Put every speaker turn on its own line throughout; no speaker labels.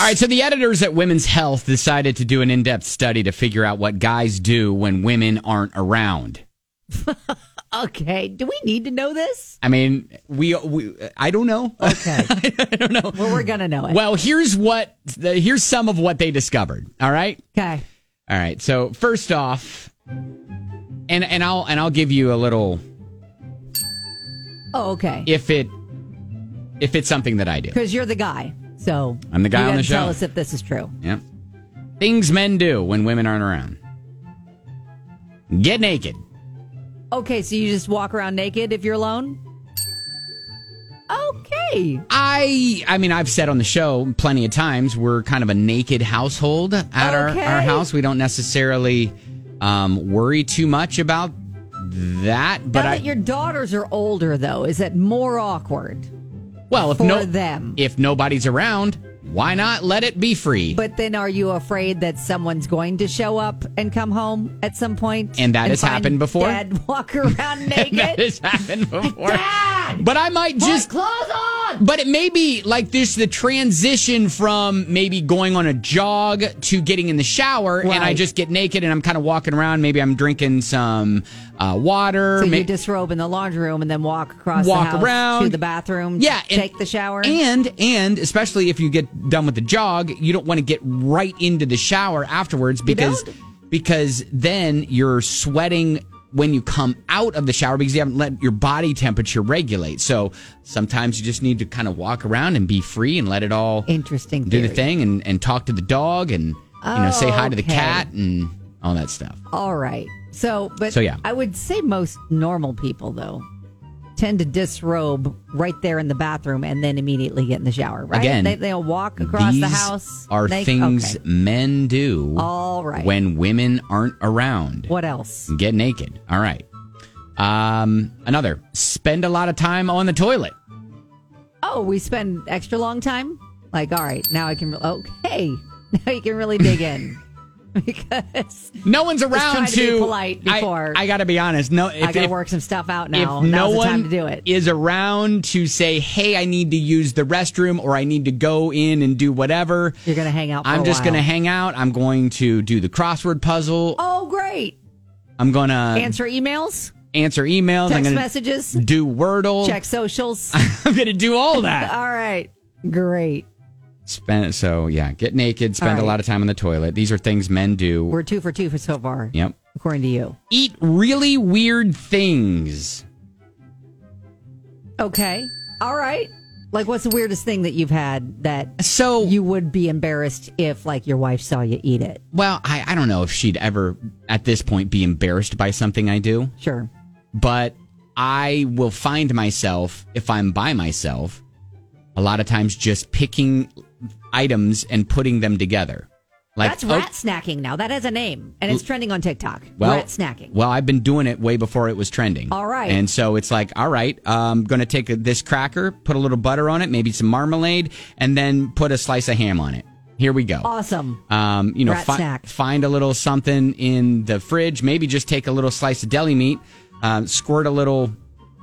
All right, so the editors at Women's Health decided to do an in depth study to figure out what guys do when women aren't around.
Okay. Do we need to know this?
I mean, we, we I don't know.
Okay.
I don't know.
well, we're going to know it.
Well, here's what the, here's some of what they discovered. All right.
okay.
All right. So first off, and and I'll and I'll give you a little
Oh, okay.
if it if it's something that I do.
Because you're the guy. So
I'm the guy
you
on the
gotta Tell
show.
us if this is true.
Yep. Things men do when women aren't around. Get naked.
Okay. So you just walk around naked if you're alone? Okay.
I I mean I've said on the show plenty of times we're kind of a naked household at
Okay.
our, our house. We don't necessarily um, worry too much about that. But
now
I
that your daughters are older, though, is it more awkward?
well if
for
no
them.
if nobody's around, why not let it be free?
But then are you afraid that someone's going to show up and come home at some point?
And that has
find
happened before?
Dad walk around naked.
that has happened before.
Dad!
But I might just
Put clothes on!
But it may be like this the transition from maybe going on a jog to getting in the shower,
Right.
and I just get naked and I'm kind of walking around. Maybe I'm drinking some uh, water.
So
ma-
you disrobe in the laundry room and then walk across
Walk
the house
around.
to the bathroom.
yeah, and-
take the shower.
and and especially if you get done with the jog, you don't want to get right into the shower afterwards because because then you're sweating when you come out of the shower because you haven't let your body temperature regulate. So sometimes you just need to kind of walk around and be free and let it all
Interesting.
do the
theory.
thing and, and talk to the dog and you know say hi to the
Okay.
cat and all that stuff.
All right. So, but
So, yeah.
I would say most normal people though tend to disrobe right there in the bathroom and then immediately get in the shower. Right?
Again,
they, they'll walk across
These
the house.
are
naked-
things
okay.
men do
All right.
when women aren't around.
What else?
Get naked. All right. Um, another spend a lot of time on the toilet.
Oh, we spend extra long time. Like, all right, now I can. re- Okay, now you can really dig in because
No one's around
trying to be polite
I-
before-
I, got to be honest. No,
I got to work some stuff out now.
If no
Now's the
one
time to do it.
is around to say, "Hey, I need to use the restroom or I need to go in and do whatever,"
You're gonna hang out for
I'm
a
just
while.
gonna hang out. I'm going to do the crossword puzzle.
oh, great!
I'm gonna answer,
Answer emails,
emails. I'm
text
gonna
messages,
do Wordle.
check socials.
I'm gonna do all that.
all right, great.
Spend so yeah, get naked. Spend a
right.
lot of time on the toilet. These are things men do.
We're two for two for so far,
yep.
according to you.
Eat really weird things.
Okay, all right. Like, what's the weirdest thing that you've had that
So
you would be embarrassed if, like, your wife saw you eat it?
well, I, I don't know if she'd ever at this point be embarrassed by something I do.
Sure.
but I will find myself if I'm by myself a lot of times just picking items and putting them together. Like
That's
oh,
rat snacking now. That has a name, and it's trending on TikTok.
well,
rat snacking.
Well, I've been doing it way before it was trending.
All right.
And so it's like, all right, I'm going to take this cracker, put a little butter on it, maybe some marmalade, and then put a slice of ham on it. Here we go.
awesome.
um, you know,
Rat snack.
find a little something in the fridge. Maybe just take a little slice of deli meat, um, squirt a little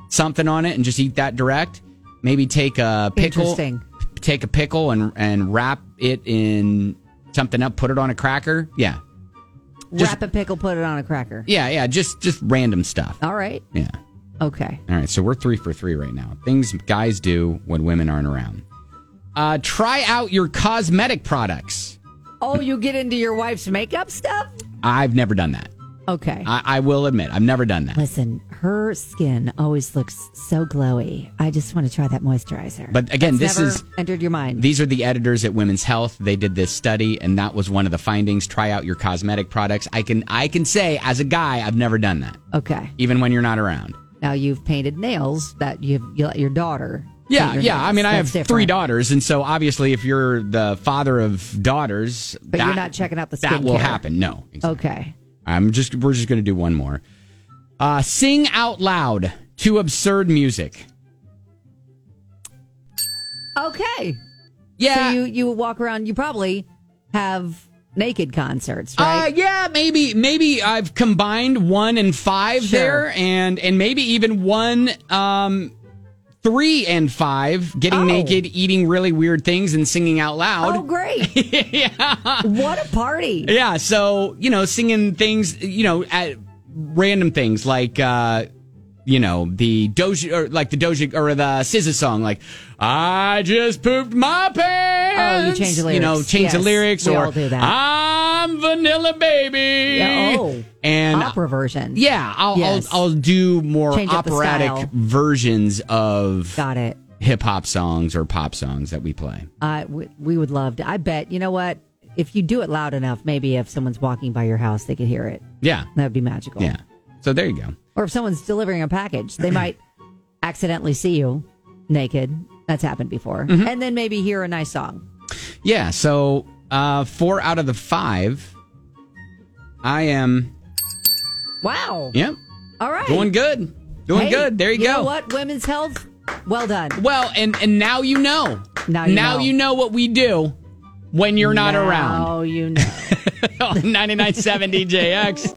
something on it, and just eat that direct. Maybe take a pickle,
Interesting.
take a pickle and and wrap it in something up, put it on a cracker. Yeah, just-
Wrap a pickle, put it on a cracker.
yeah, yeah. Just just random stuff.
All right.
Yeah.
Okay.
All right. So we're three for three right now. Things guys do when women aren't around. Uh, try out your cosmetic products.
Oh, you get into your wife's makeup stuff?
I've never done that.
Okay.
I, I will admit, I've never done that.
Listen, her skin always looks so glowy. I just want to try that moisturizer.
But again,
That's
this
never
is
entered your mind.
these are the editors at Women's Health. They did this study, and that was one of the findings. Try out your cosmetic products. I can I can say as a guy, I've never done that,
okay.
even when you're not around.
Now you've painted nails that you've you let your daughter.
Yeah,
paint your
yeah.
nails.
I mean, I have
That's
three
different.
daughters, and so obviously, if you're the father of daughters,
But you're not checking out the
that will
skincare.
happen. No, Exactly.
Okay.
I'm just we're just gonna do one more. Uh, sing out loud to absurd music.
Okay.
Yeah,
So you you walk around. You probably have naked concerts,
Uh,
right?
yeah, maybe maybe I've combined one and five
Sure.
there, and and maybe even one um three and five getting
Oh.
naked, eating really weird things, and singing out loud.
Oh, great. yeah. What a party.
Yeah, so you know, singing things, you know, at random things like uh you know the Doja or like the Doja or the SZA song, like I just pooped my pants.
Oh, change the
You know,
lyrics.
change the
Yes,
lyrics,
we
or
all do that.
I'm Vanilla Baby.
Yeah, oh.
and uh,
Opera version.
yeah, I'll,
Yes.
I'll I'll do more
Change up the
operatic
style.
versions of
Got it.
hip hop songs or pop songs that we play.
Uh, we, we would love to. I bet. You know what? If you do it loud enough, maybe if someone's walking by your house, they could hear it.
Yeah,
That would be magical.
yeah. So there you go.
Or if someone's delivering a package, they might accidentally see you naked. That's happened before.
Mm-hmm.
And then maybe hear a nice song.
Yeah, so uh four out of the five. I am
Wow.
yep.
All right.
Doing good. Doing
Hey,
good. There you, go.
Know what? Women's health. Well done.
Well, and and now you know.
Now you know.
what we do when you're not
now
around.
you know.
on 99.7 DJX.